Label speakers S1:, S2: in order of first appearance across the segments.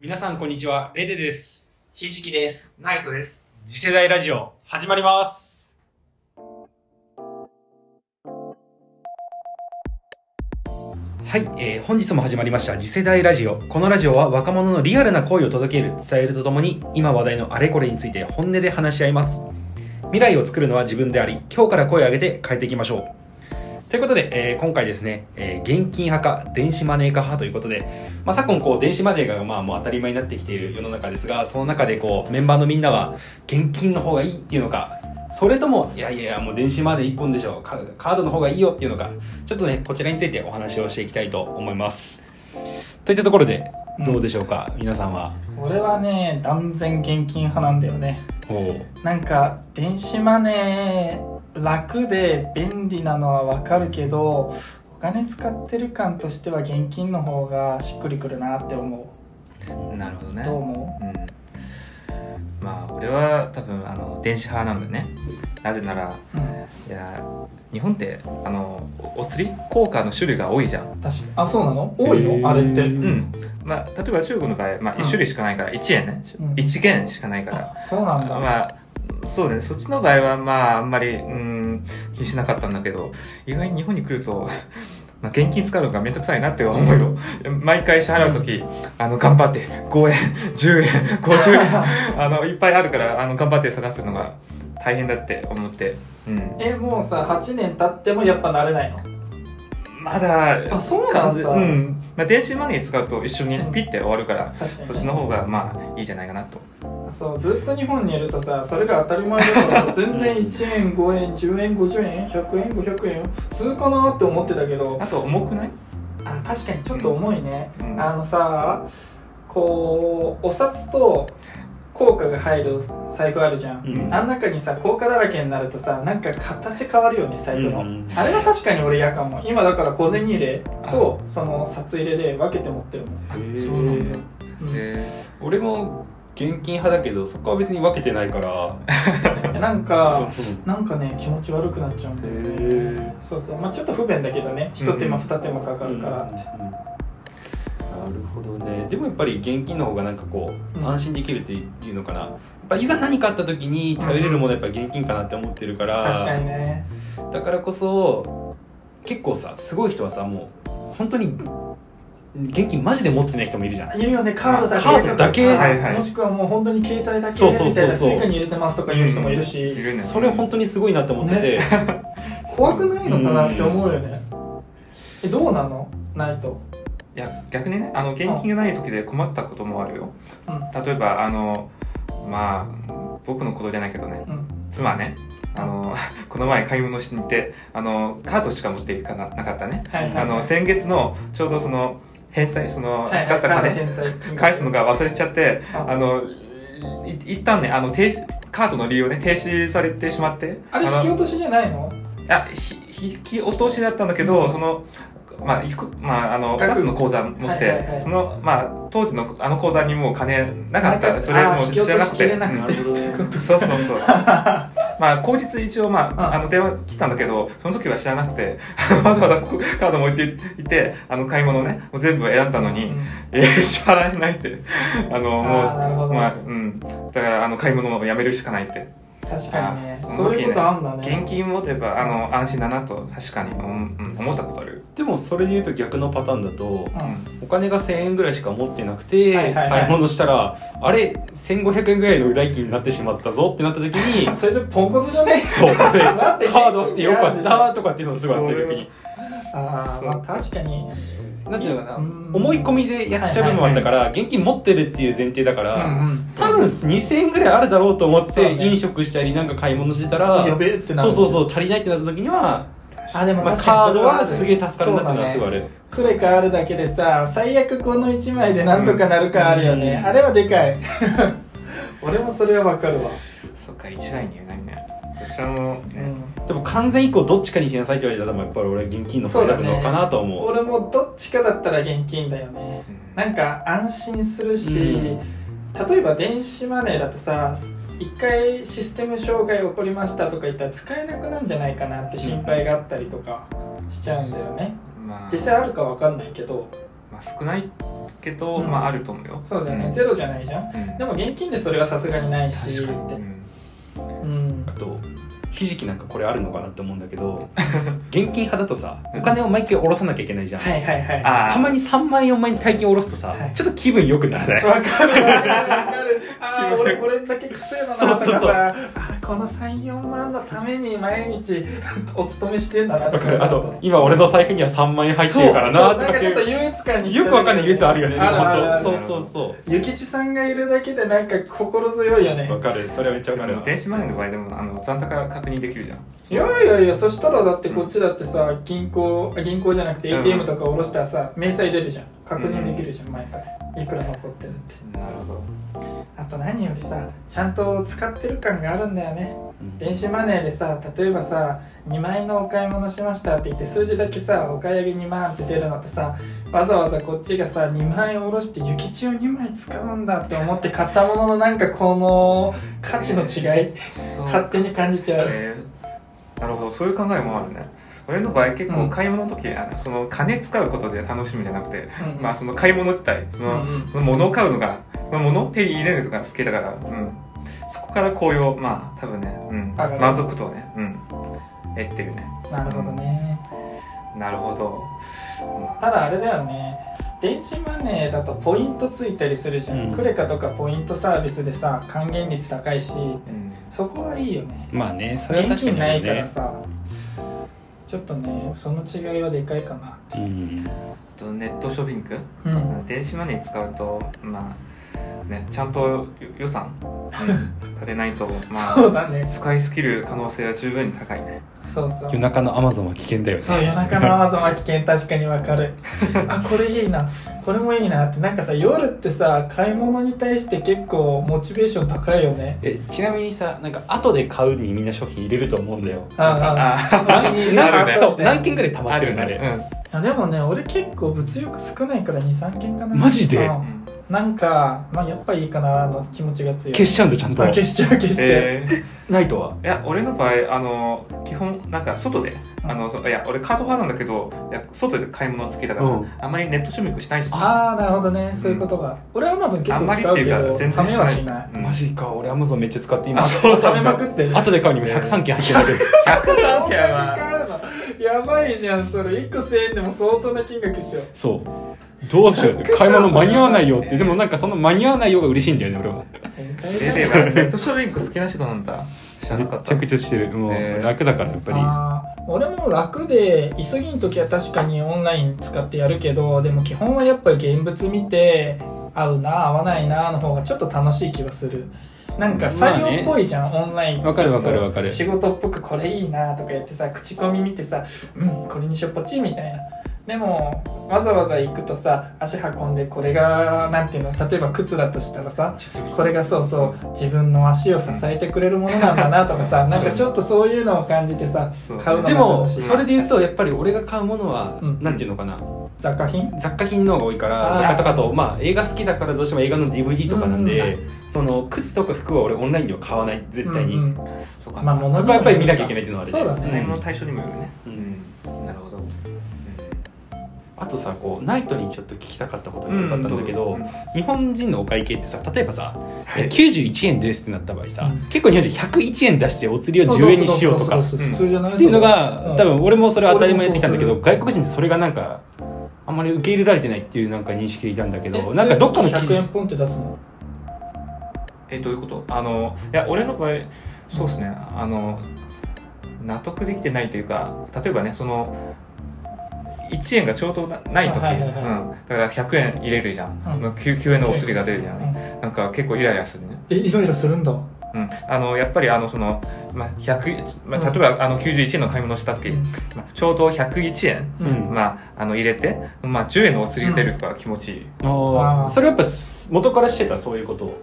S1: 皆さんこんにちは、レデです。
S2: ひじきです。
S3: ナイトです。
S1: 次世代ラジオ、始まります。はい、えー本日も始まりました次世代ラジオ。このラジオは若者のリアルな声を届ける、伝えるとともに、今話題のあれこれについて本音で話し合います。未来を作るのは自分であり、今日から声を上げて変えていきましょう。ということで、えー今回ですね、えー現金派か電子マネー化派ということで、まあ、昨今こう電子マネーがまあもう当たり前になってきている世の中ですがその中でこうメンバーのみんなは現金の方がいいっていうのかそれともいやいやいやもう電子マネー1本でしょカカードの方がいいよっていうのかちょっとねこちらについてお話をしていきたいと思いますといったところでどうでしょうか、皆さんは
S2: 俺はね、断然現金派なんだよね。
S1: おお
S2: なんか、電子マネー、楽で便利なのはわかるけど、お金使ってる感としては現金の方がしっくりくるなって思
S3: なるほど
S2: う。
S3: ね。
S2: どう思
S3: うん。まあ、俺は多分、あの、電子派なんだよね。なぜなら、
S2: ううん。
S3: いや、日本って、あの、おお釣り効果の種類が多いじゃん。
S2: 確かに。あ、そうなの多い
S1: へー
S2: よ、あれって。
S3: うん。まあ、例えば中国の場合、まあ、
S2: うん
S3: 1種類しかないから、1円ね
S2: うん。
S3: 1元しかないから。
S2: そうな んだ。
S3: まあ、そうだね。そっちの場合は、まあ、あんまり、うん、気にしなかったんだけど、意外に日本に来ると、 まあ、現金使うのがめんどくさいなって思いを、毎回支払うとき、あの、頑張って、5円、10円、50円、あの、いっぱいあるから、あの、頑張って探すのが大変だって思って、うん。
S2: え、もうさ、8年経ってもやっぱ慣れないの
S3: まだ、
S2: あそうなんだ
S3: かうん。まあ、電子マネー使うと一緒にね
S2: うん
S3: ピッて終わるから、
S2: 確かに。
S3: そっちの方が、まあ、いいじゃないかなと。
S2: そうずっと日本にいるとさそれが当たり前だ から全然1円5円10円50円100円500円普通かなって思ってたけど
S3: あと、重くない
S2: あ確かにちょっと重いね、
S3: うん
S2: あのさこうお札と硬貨が入る財布あるじゃん、
S1: うん
S2: あん中にさ硬貨だらけになるとさなんか形変わるよね財布の、
S1: うん
S2: あれは確かに俺嫌かも今だから小銭入れとその札入れで分けて持ってるもん、
S3: そうなんだ。え
S1: 俺も現金派だけどそこは別に分けてないから
S2: えなんかなんかね気持ち悪くなっちゃうんだよね、
S1: え
S2: そうそうまあちょっと不便だけどね一手間二手間かかるから、
S1: なるほどねでもやっぱり現金の方がなんかこ
S2: う
S1: うん安心できるっていうのかな、やっぱいざ何かあった時に頼れるものはやっぱ現金かなって思ってるから、
S2: 確かにね
S1: だからこそ結構さすごい人はさもう本当に現金マジで持ってない人もいるじゃない
S2: いるよねカードだけ
S1: カードだけ
S2: とかさ
S3: はいはい
S2: もしくはもう本当に携帯だけ
S1: そうそうそうそう
S2: みたいなスイカに入れてますとかいう人もいるし、
S3: うんいるね
S1: それ本当にすごいなって思ってて、
S2: 怖くないのかなって思うよね、えどうなのないと
S3: いや逆にねあの現金がない時で困ったこともあるよ、
S2: う
S3: 例えばあのまあ僕のことじゃないけどね
S2: うん
S3: 妻ねあの この前買い物しに行ってあのカードしか持っていかななかったね
S2: はいはい
S3: あの先月のちょうどその返済その
S2: はいはい
S3: 使った
S2: カード
S3: 金
S2: 返済
S3: 返すのが忘れちゃって
S2: あ
S3: あのい一旦ねあの停止カードの利用ね停止されてしまって
S2: あれ引
S3: の
S2: き落としじゃないの
S3: あひ引き落としだったんだけど、その、まあ、いくまあ、あの、
S2: 額
S3: 2つの口座持って、
S2: はいはいはい
S3: その、まあ、当時のあの口座にもう金なか
S2: な
S3: っ。
S2: かったた
S3: それ
S2: あー
S3: も
S2: 引
S3: う
S2: き
S3: 知
S2: 落
S3: ら
S2: と
S3: な
S2: し
S3: く
S2: きれ
S3: て。
S2: なくて
S1: なるほどね
S3: うんそうそう そう。まあ、後日一応、まあ、
S2: うん
S3: あの、電話来たんだけど、その時は知らなくて、 わざわざこうカードも置いていて、あの、買い物ね、も う全部選んだの
S2: う
S3: に、
S2: ん
S3: えー支払えないって。あの、
S2: あーなるほ
S3: もう、
S2: ど
S3: まあ、うん。だから、あの、買い物をやめるしかないって。
S2: 確かにね
S3: あ
S2: そういうことあんだね
S3: 現金持てばあの安心だなと確かに、うんうん思ったことある、
S1: でもそれで言うと逆のパターンだと
S2: う
S3: うん
S1: お金が1000円ぐらいしか持ってなくて、
S2: はいはいはい
S1: 買い物したらあれ1500円ぐらいの代金になってしまったぞってなった時に
S2: それでポンコツじゃね
S1: そう これ
S2: えだって
S1: カードってよかったとかっていうのがすごいあった時に
S2: ああまあ確かに
S1: なんていうのかな
S2: うん
S1: 思い込みでやっちゃう部分もあったから、現金持ってるっていう前提だか
S2: う
S1: ら、
S2: んうん
S1: 多分2000円ぐらいあるだろうと思っ
S2: そう
S1: て
S2: ね
S1: 飲食したりなんか買い物してたら、
S2: やべえってな
S1: そう
S2: る
S1: そうそう足りないってなった時には、
S2: あでも
S1: まあ、
S2: 確かに
S1: カー
S2: それ
S1: ドはすげえ助かるな
S2: そ
S1: ってい
S2: うだ
S1: うのは
S2: ね
S1: すごいある、
S2: クレカあるだけでさ最悪この1枚で何とかなるかあるよね、
S1: うん
S2: あれは でかい俺もそれはわかるわ、
S3: そっか一概に言えないね私はもう
S2: う
S3: ね、
S2: ん、
S1: でも完全以降どっちかにしなさいって言われたらやっぱり俺は現金の方を選ぶのかなとは思う
S2: 俺もどっちかだったら現金だよね
S3: うん
S2: なんか安心するし、
S1: うん
S2: 例えば電子マネーだとさ一回システム障害起こりましたとか言ったら使えなくなんじゃないかなって心配があったりとかしちゃうんだよね
S3: まあ
S2: 実際あるかわかんないけど
S3: まあ、少ないけど、
S2: うん
S3: まああると思うよ
S2: そうだよね、
S3: ん
S2: ゼロじゃないじゃん
S3: うん
S2: でも現金でそれはさすがにないしっ
S1: 確か
S3: う
S2: て
S3: ん
S2: うん
S1: あとひじきなんかこれあるのかなって思うんだけど 現金派だとさお金を毎回下ろさなきゃいけないじゃん、
S2: はいはいはい
S3: あー
S1: たまに3万円4万円大金下ろすとさ、
S2: はい
S1: ちょっと気分良くならない
S2: わかるわかるわかる ああ俺これだけ稼いだなと
S1: そう
S2: か
S1: そうそう
S2: さあーこの34万のために毎日お勤めしてんだな
S1: だ
S2: と
S1: からあと今俺の財布には3万円入ってるからな
S2: そう
S1: と
S2: な
S1: か
S2: ん
S1: っ
S2: か
S1: て
S2: ちょっと
S1: いう
S2: 優越感に
S1: よくわかんないやつあるよね
S2: あるあるある
S1: 本当そうそう
S2: ゆきちさんがいるだけでなんか心強いよね
S1: そうわかるそれはめっちゃわかるな
S3: 電子マネーの場合でもあの残高確認できるじゃん
S2: いやいやいやそしたらだってこっちだってさ銀行あ銀行じゃなくて
S3: うん
S2: ATM とか下ろしたらさ明細出るじゃん確認できるじゃん毎回いくら残ってるって
S3: なる ほど
S2: あと何よりさちゃんと使ってる感があるんだよね電子マネーでさ例えばさ2万円のお買い物しましたって言って数字だけさお買い上げ2万って出るのってさわざわざこっちがさ2万円下ろして雪中2枚使うんだって思って買ったもののなんかこの価値の違い
S3: そう
S2: 勝手に感じちゃう
S3: えーなるほどそういう考えもあるね俺の場合結
S2: う
S3: 構
S2: ん
S3: 買い物の時、あのその金使うことで楽しみじゃなくて、
S2: うん
S3: まあその買い物自体その,、
S2: うんうん
S3: その物を買うのがその物を手に入れるのが好きだから、うん、そこから紅葉まあ多分ね、うん、
S2: 上がる
S3: 満足度をね、うん、得てるね
S2: なるほどね
S3: なるほど、まあ
S2: ただあれだよね電子マネーだとポイントついたりするじゃん、
S1: うん
S2: クレカとかポイントサービスでさ還元率高いし
S3: うん
S2: そこはいいよね
S1: まあねそれは
S2: 現
S1: 確か
S2: 金
S1: に
S2: な
S1: あ
S2: い
S1: る
S2: から
S1: ね
S2: さちょっとねその違いはでかいかな
S1: うん
S3: あとネットショッピング
S2: うん
S3: 電子マネー使うとまあねちゃんと予予算うん立てないとま
S2: そう
S3: あ
S2: だね
S3: 使いすぎる可能性は十分に高いね
S2: そうそう
S1: 夜中のアマゾンは危険だよね
S2: そう夜中のアマゾンは危険確かにわか るあこれいいなこれもいいなってなんかさ夜ってさ買い物に対して結構モチベーション高いよね
S1: えちなみにさなんか後で買うにみんな商品入れると思うんだよ
S2: ああああ
S3: あ
S2: 気に入
S1: な
S2: ら
S1: んか
S2: なかった
S1: そう何件ぐらい溜まってるんだね
S3: ね。
S2: いやでもね俺結構物欲少ないから23件かな
S1: マジで
S2: う
S3: うんん
S2: なんかまあやっぱいいかなの気持ちが強い
S1: 消しちゃうんだちゃんと
S2: あ消しちゃう消しちゃう、
S3: えー
S1: ないとはい
S3: や俺の場合あの基本なんか外で
S2: うん
S3: あのそういや俺カード派なんだけどいや外で買い物好きだから、
S1: うん
S3: あんまりネットショッピングしないし
S2: ああなるほどねそういうことが、俺は Amazon 結
S3: あん
S2: 構
S3: まり
S2: 使
S3: っ
S2: う
S3: て
S2: け
S3: いうか
S2: ど
S3: 全
S2: た
S3: 然
S2: め
S3: し
S2: は
S3: ない
S2: しない
S3: うん
S1: マジか俺アマゾンめっちゃ使って
S3: あ
S1: 今
S3: そう
S2: ため
S3: なんだ
S2: まくってる
S1: 後で買うにも103件入ってる
S3: 103件 は
S2: やばいじゃんそれ1個1000円でも相当な金額っしょ
S1: そうどうしよう買い物間に合わないよってでもなんかその間に合わないよが嬉しいんだよね俺は
S2: 変
S3: え
S2: 態
S3: ー
S2: だ
S3: で
S2: よ
S3: もネットショッピング好きな人なんだ知ら
S1: め
S3: なかっ
S1: ったちゃくちゃしてるも
S3: え
S1: う
S3: ー
S1: 楽だからやっぱ
S2: あー俺も楽で急ぎの時は確かにオンライン使ってやるけどでも基本はやっぱり現物見て合うな合わないなの方がちょっと楽しい気がするなんか
S1: まあね
S2: 採用っぽいじゃん、オンラインって
S1: わかるわかるわかる
S2: 仕事っぽくこれいいなとかやってさ口コミ見てさうんこれにしよっぽちみたいなでもわざわざ行くとさ足運んでこれがなんていうの例えば靴だとしたらさこれがそうそう自分の足を支えてくれるものなんだなとかさなんかちょっとそういうのを感じてさ
S3: そう
S2: 買う
S1: り
S2: の
S1: でも
S2: 楽しい
S1: それで言うとやっぱり俺が買うものは
S2: うん
S1: なんていうのかな
S2: 雑貨品
S1: 雑貨品の方が多いから
S2: あー
S1: 雑貨とかとまあ映画好きだからどうしても映画の DVD とかなんでその靴とか服は俺オンラインでは買わない絶対
S2: うんう
S1: に
S2: ん
S3: そうか、
S2: まあ物
S1: そこはやっぱり見なきゃいけないっていうのはある
S2: そうだ
S3: 買い
S2: ね
S3: 物の対象にもよるね、
S1: うん
S3: なるほど、
S1: あとさこうナイトにちょっと聞きたかったことが一つあったんだけど
S3: うん
S1: 日本人のお会計ってさ例えばさ
S3: はい
S1: 91円ですってなった場合さ、
S2: うん
S1: 結構日本人101円出してお釣りを10円にしようとかっ
S2: そそそ普通じゃない
S1: ていうのが多分俺もそれは当たり前やってきたんだけ
S2: う
S1: ど
S2: ん
S1: 外国人ってそれがなんかあんまり受け入れられてないっていうなんか認識でいたんだけど
S2: え
S1: なんかどっかの記
S2: 100円
S1: 事
S2: ポンって出すの
S3: えどういうことあのいや俺の場合そうですねあの納得できてないというか例えばねその1円がちょうどなない時、
S2: あはいはいはい
S3: うん、だから100円入れるじゃん、
S2: うん
S3: まあ 9, 9円のお釣りが出るじゃん、
S2: う
S3: なんか結構イライラするね、
S2: えイライラするんだ
S3: うん、あのやっぱりあのその、まあ100まあ、例えばあの91円の買い物した時、
S2: うん
S3: まあ、ちょうど101円、
S1: うん
S3: まあ、あの入れて、まあ、10円のお釣りが出るとか気持ちいい、
S1: あ
S2: あ
S1: ー
S2: ー
S1: それやっぱ元からしてたそういうことを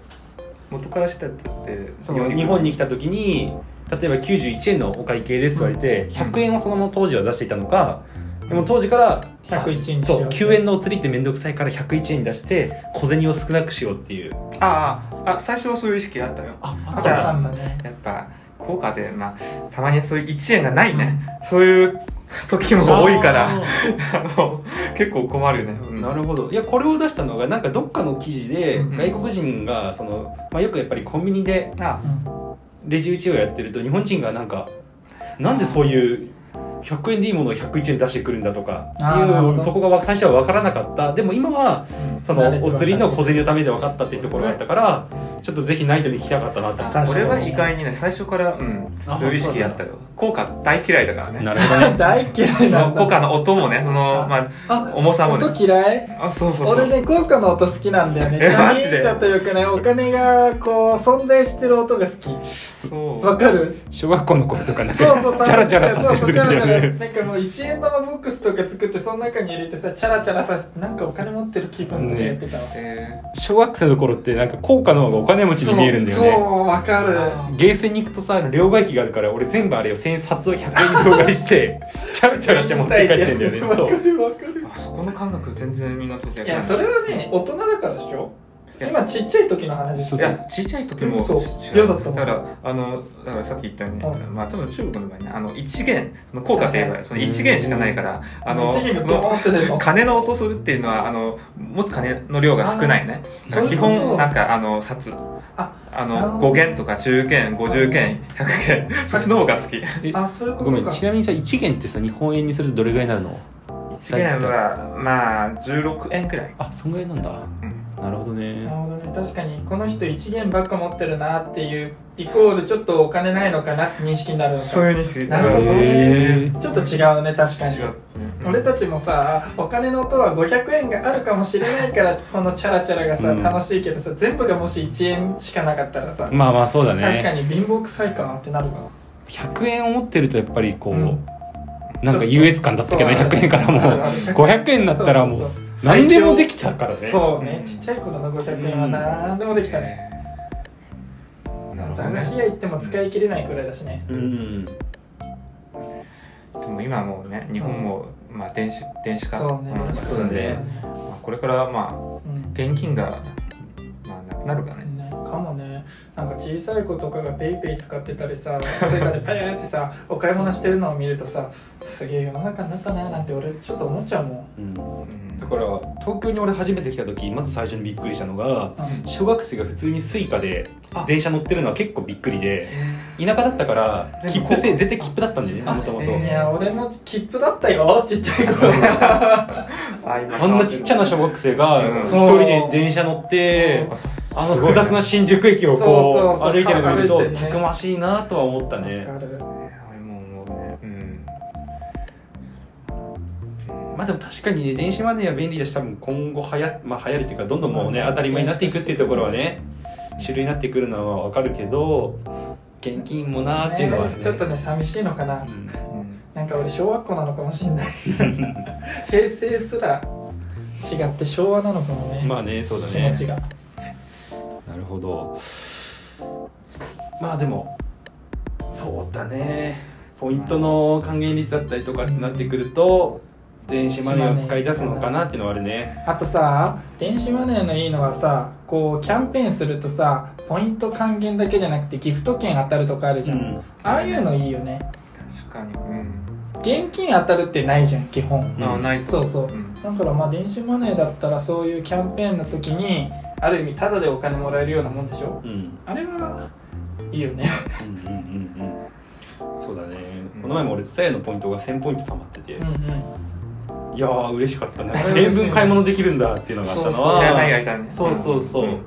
S3: 元からしてたって
S1: その日本に来た時に例えば91円のお会計ですって言われて
S3: うん
S1: 100円をそのまま当時は出していたのかでも当時から
S2: 101円にし
S1: そ
S2: よ
S1: うう9円のお釣りって面倒くさいから101円に出して小銭を少なくしようっていう
S3: あああ最初はそういう意識があったよ
S1: あ
S2: あ
S3: あっ
S2: ったた
S3: ら
S2: んだね
S3: やっぱ効果で、まあ、たまにそういう1円がないね、そういう時も多いから
S1: あー
S3: あの 結構困るよね、うん
S1: なるほどいやこれを出したのがなんかどっかの記事で
S3: うんうん
S1: 外国人がその、まあ、よくやっぱりコンビニで
S3: あ
S1: レジ打ちをやってると日本人がなんかなんでそういう100円でいいものを101円出してくるんだとか
S2: あーなる
S1: い
S2: ほ
S1: う
S2: ど
S1: そこがわ最初は分からなかったでも今はそ
S2: 慣れて
S1: のお
S2: 分かった
S1: 釣りの小銭のためで分かったっていうところがあったからちょっとぜひナイトに来たかったなって
S2: かに
S3: 俺は意外にね最初から、うん、
S1: あ
S3: そういう意識やったよ効果大嫌いだからね
S1: なるほどね
S2: 大嫌いなんだ
S3: 効果の音もねそのまあ
S2: あ
S3: 重さもね
S2: 音嫌い
S3: あそうそうそう
S2: 俺ね効果の音好きなんだよね
S3: えマジで
S2: だというかねお金がこう存在してる音が好き
S3: そう
S2: わかる
S1: 小学校の頃とかなん
S2: そうそう多分
S1: チャラチャラさせる時だよね
S2: そうそうチャラチャラなんかもう1円玉ボックスとか作ってその中に入れてさチャラチャラさせてなんかお金持ってる気分でやってたわ、
S3: え
S1: 小学生の頃ってなんか効果の方がお金持ちに見えるんだよ
S2: そう
S1: ね
S2: そうわかる
S3: あ
S1: ゲーセンに行くとさ両替機があるから俺全部あれよ1000札を100円に両替して チャラチャラして持って帰ってんだよね
S2: わ
S1: そ
S2: か
S1: う
S2: るわかる
S3: ーあそこの感覚全然みんなとって
S2: いやそれはね大人だからでしょ
S3: いや
S2: 今ちっちゃい時の話
S1: そう
S3: いや小さい時も
S2: そう
S3: 知
S2: 嫌だったもん
S3: だからあのだからさっき言ったように、
S2: う
S3: まあ多分中国の場合ねあの一元の効果といえ
S2: はいは
S3: ば
S2: い
S3: その一元しかないから、あの
S2: 1円がドーンって出るの
S3: 金の音するっていうのはあの持つ金の量が少ないね
S2: あー
S3: だから基
S2: そういうこと
S3: 本なんかあの札
S2: あな
S3: あ
S2: る
S3: の
S2: ほど
S3: 5元とか10元50元100元そっちの方が好き
S1: え
S2: あそういうこ
S1: ごめ
S2: と
S1: ん
S2: か
S1: ちなみにさ1元ってさ日本円にするとどれぐらいになるの
S3: 1元はまあ16円くらい、
S1: あそんぐらいなんだ
S3: うん
S1: なるほど
S2: なる
S1: ね
S2: ほどね確かにこの人1元ばっか持ってるなっていうイコールちょっとお金ないのかなって認識になるのか
S3: そういう認識
S2: なるほど
S1: へー
S2: ちょっと違うね確かに
S3: 違ううん
S2: 俺たちもさお金の音は500円があるかもしれないからそのチャラチャラがさ、
S1: うん
S2: 楽しいけどさ全部がもし1円しかなかったらさ、
S1: まあまあそうだ
S2: 確か
S1: ね
S2: に貧乏くさいかなってなるかな
S1: 100円を持ってるとやっぱりこう、
S2: うん
S1: なんか優越感だったけど
S2: そう
S1: 100円からも
S2: あるあ
S1: う
S2: る
S1: 500円だったらもう
S2: そうそうそう
S1: 何でもできたからね
S2: そうねちっちゃい頃の500円は何でもできたね、
S3: なるほど
S2: 駄菓子
S3: ね
S2: 屋行っても使い切れないくらいだしね
S1: うん
S3: でも今もうね日本も、まあ、電子電子化
S2: そうね、
S3: うん
S1: そう
S3: 進
S1: だ
S3: んで、
S1: ね
S3: まあ、これからまあ
S2: うん
S3: 現金が、まあ、なくなるからね
S2: ね、かもねなんか小さい子とかがペイペイ使ってたりさそれかでペイっ てさお買い物してるのを見るとさすげえ世の中になったななんて俺ちょっと思っちゃうもん、
S1: うん
S3: うん
S1: だから東京に俺初めて来た時まず最初にびっくりしたのが小学生が普通にスイカで
S3: あ
S1: 電車乗ってるのは結構びっくりで田舎だったから切
S3: 全部
S1: 符
S3: こ
S1: 制
S3: う
S1: 絶対切符だったんだよね
S3: あ
S1: もとも
S3: へ
S1: と
S3: うん
S2: いや俺の切符だったよちっちゃい 頃は
S3: あ今
S1: あんなちっちゃな小学生が
S3: うん
S1: 一人で電車乗ってあの複雑な新宿駅を
S2: そう
S1: こ
S2: そう
S1: う
S2: そう
S1: 歩いてるのを見る
S2: 歩
S1: と
S2: いてるね
S1: たくましいなとは思ったね
S2: わかる
S3: 俺ももうねうん
S1: まあでも確かにね電子マネーは便利だし多分今後はや、まあ、流行りっていうかどんどんもうね
S2: うん
S1: 当たり前になっていくっていうところはね主流になってくるのは分かるけど現金もなーっていうのはあるね
S2: ねちょっとね寂しいのかな、
S1: うん
S3: うん
S2: なんか俺小学校なのかもし んない平成すら違って昭和なのかもね、
S1: まあねそうだ
S2: 気持
S1: ね
S2: ちが
S1: なるほどまあでもそうだねポイントの還元率だったりとかってなってくると電子マネーを使い出すのかなっていうのはあるね
S2: あとさ電子マネーのいいのはさこうキャンペーンするとさポイント還元だけじゃなくてギフト券当たるとかあるじゃん、ああいうのいいよね
S3: 確かにうん
S2: 現金当たるってないじゃん基本
S3: なないと
S2: そうそう
S3: うん
S2: だからまあ電子マネーだったらそういうキャンペーンの時にある意味タダでお金もらえるようなもんでしょ
S1: うんうん
S2: あれはいいよね
S1: うんうんうんうんそうだねこの前も俺伝えのポイントが1000ポイント貯まってて、
S2: うんうん
S1: いやー嬉しかったね
S2: あれ嬉
S1: 1000
S2: しいね
S1: 分買い物できるんだっていうのがあったのは
S3: 知らないがいたね
S1: そうそうそうん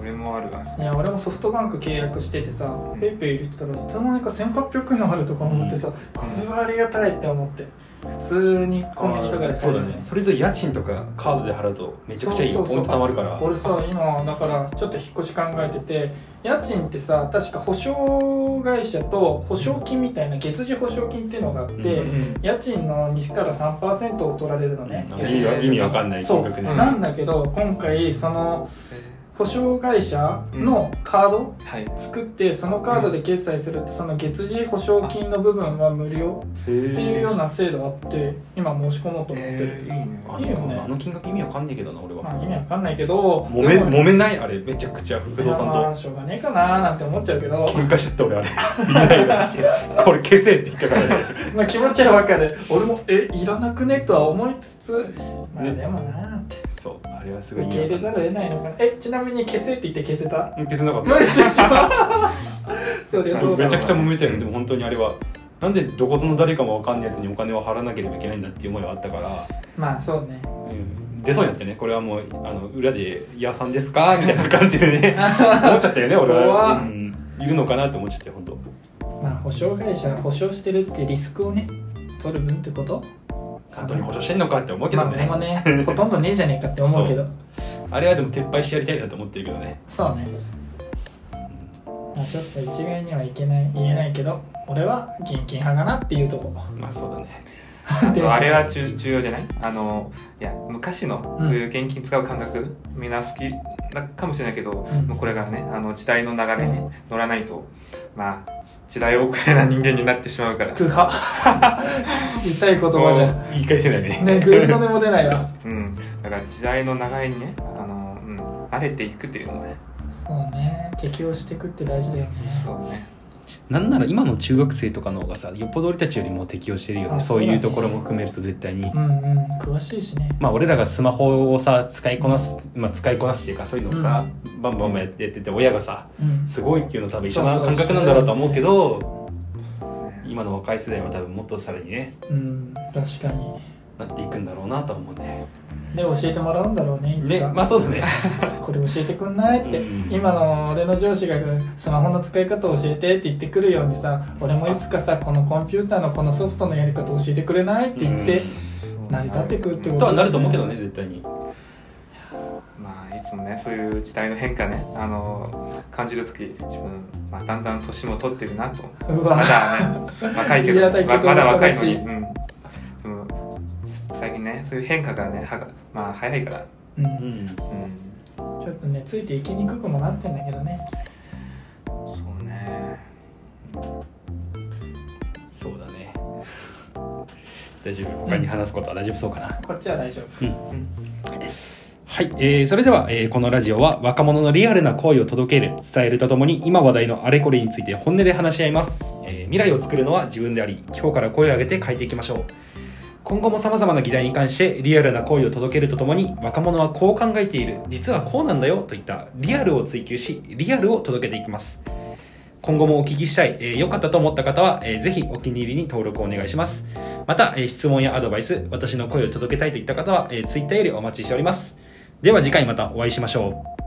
S3: 俺もあるわ
S2: いや俺もソフトバンク契約しててさ
S3: ん
S2: ペイペイ入れてたらいつの間にか1800円のあるとか思ってさ、これはありがたいって思って普通にコンビニとかで買
S1: そ
S2: え
S1: うだ
S2: るの
S1: ねそれと家賃とかカードで払うとめちゃくちゃいいよ
S2: そうそ
S1: ポイン
S2: うそう
S1: ト貯まるから
S2: 俺さ今だからちょっと引っ越し考えてて家賃ってさ確か保証会社と保証金みたいな月次保証金っていうのがあって、
S1: う
S2: 家賃の2から3%を取られるのね、
S1: うん意味わ意味わかんない金額
S2: そう
S1: ね
S3: うん
S2: なんだけど今回その保証会社のカード
S3: はい
S2: 作ってそのカードで決済するとその月次保証金の部分は無料
S1: って
S2: っていうような制度あって今申し込もうと思って
S3: えー、いい
S2: る、
S3: ね
S1: あ
S2: いいよね
S1: あの金額意味わかんねえけどな俺は、
S2: まあ意味わかんないけど
S1: 揉め
S2: でも
S1: 揉めないあれめちゃくちゃ不動産
S2: いやまあ
S1: と
S2: しょうがねえかなーなんて思っちゃうけど
S1: 喧嘩しちゃって俺あれイライラ してこれ消せって言ったからね
S2: まあ気持ちはわかる俺もえいらなくねとは思いつつまあ
S1: ね
S2: でもなーって
S1: そうあれはすごい
S2: 受け入れざるを得ないのかなえちなみに消せって言って消せ た
S1: 消せなかっ
S2: 無理でしょそりゃそうだ
S1: めちゃくちゃ揉めたよ
S3: う
S1: ね
S3: ん
S1: でも本当にあれはなんでどこぞの誰かもわかんないやつにお金を払わなければいけないんだっていう思いはあったから、
S2: まあそうね
S1: うん、出そうになってねこれはもうあの裏で「屋さんですか?」みたいな感じで ね思っちゃったよね俺
S2: 怖
S1: は、
S2: っ
S1: うん、いるのかなって思っちゃって本当
S2: まあ保証会社保証してるってリスクをね取る分ってこと
S1: 本当に保証してんのかって思うけど
S2: まあ
S1: ね、
S2: 俺も ねほとんどねえじゃねえかって思うけど
S1: あれはでも撤廃してやりたいなと思ってるけどね、
S2: そうね、まあ、ちょっと一概にはいけない言えないけど俺は現金派かなっていうとこ
S1: うんまあそうだね
S3: あとあれは重
S1: うん
S3: 重要じゃないあのいや昔の
S2: うん
S3: そういう現金使う感覚、みんな好きなかもしれないけど、
S2: うん
S3: もうこれからねあの時代の流れに乗らないと、まあじ時代遅れな人間になってしまうから、
S2: 空派痛い言葉じゃん
S1: 言い返せないね
S2: ね、グーの音も出ないわ。
S3: うん、だから時代の流れにねあの、うん、慣れていくっていうのもね
S2: そうね、適応していくって大事だよね。
S3: そうね
S1: なんなら今の中学生とかの方がさよっぽど俺たちよりも適応してるよね
S2: あ
S1: そういう
S2: そうだね
S1: ところも含めると絶対に、
S2: うんうん、詳しいしね。
S1: まあ俺らがスマホをさ使いこなす、まあ、使いこなすっていうかそういうのをさ、バンバンバンやってってて親がさ
S2: うん、
S1: すごいっていうの多分一緒な感覚なんだろうとは思うけど
S3: ね
S1: 今の若い世代は多分もっとさらにね
S2: うん、確かに。
S1: なっていくんだろうなとは思うね
S2: で、教えてもらうんだろうね、いつ
S1: ね
S2: か。
S1: まあそう だね
S2: これ教えてくんないって、
S1: うん
S2: 今の俺の上司がスマホの使い方教えてって言ってくるようにさ、俺もいつかさ、このコンピューターのこのソフトのやり方教えてくれないって言って、成り立ってくってこと
S1: はなると思うけどね絶対に
S3: まあいつもねそういう時代の変化ねあの感じる時自分、まあ、だんだん年も取ってるなと
S2: う
S3: ま
S2: わ、
S3: だね若いけ
S2: 言い
S3: ど
S2: 方いいけ
S3: ま
S2: ど
S3: まだ若いのに、
S2: 私
S3: うん、でも最近ねそういう変化がねはがまあ早いから、
S2: うん、
S1: うん
S2: ち
S3: うん、
S2: ょっとね、ついていきにくくもなってんだけどね。
S3: そうね
S1: そうだね大丈夫他に話すことは大丈夫そうかな、
S2: こっちは大丈夫。
S1: はい、えーそれでは、えーこのラジオは若者のリアルな声を届ける伝えるとともに今話題のあれこれについて本音で話し合います、えー未来を作るのは自分であり今日から声を上げて変えていきましょう今後もさまざまな議題に関してリアルな声を届けるとともに若者はこう考えている実はこうなんだよといったリアルを追求しリアルを届けていきます今後もお聞きしたい、えー良かったと思った方は、えーぜひお気に入りに登録をお願いしますまた、えー質問やアドバイス私の声を届けたいといった方は、えー Twitter よりお待ちしておりますでは次回またお会いしましょう。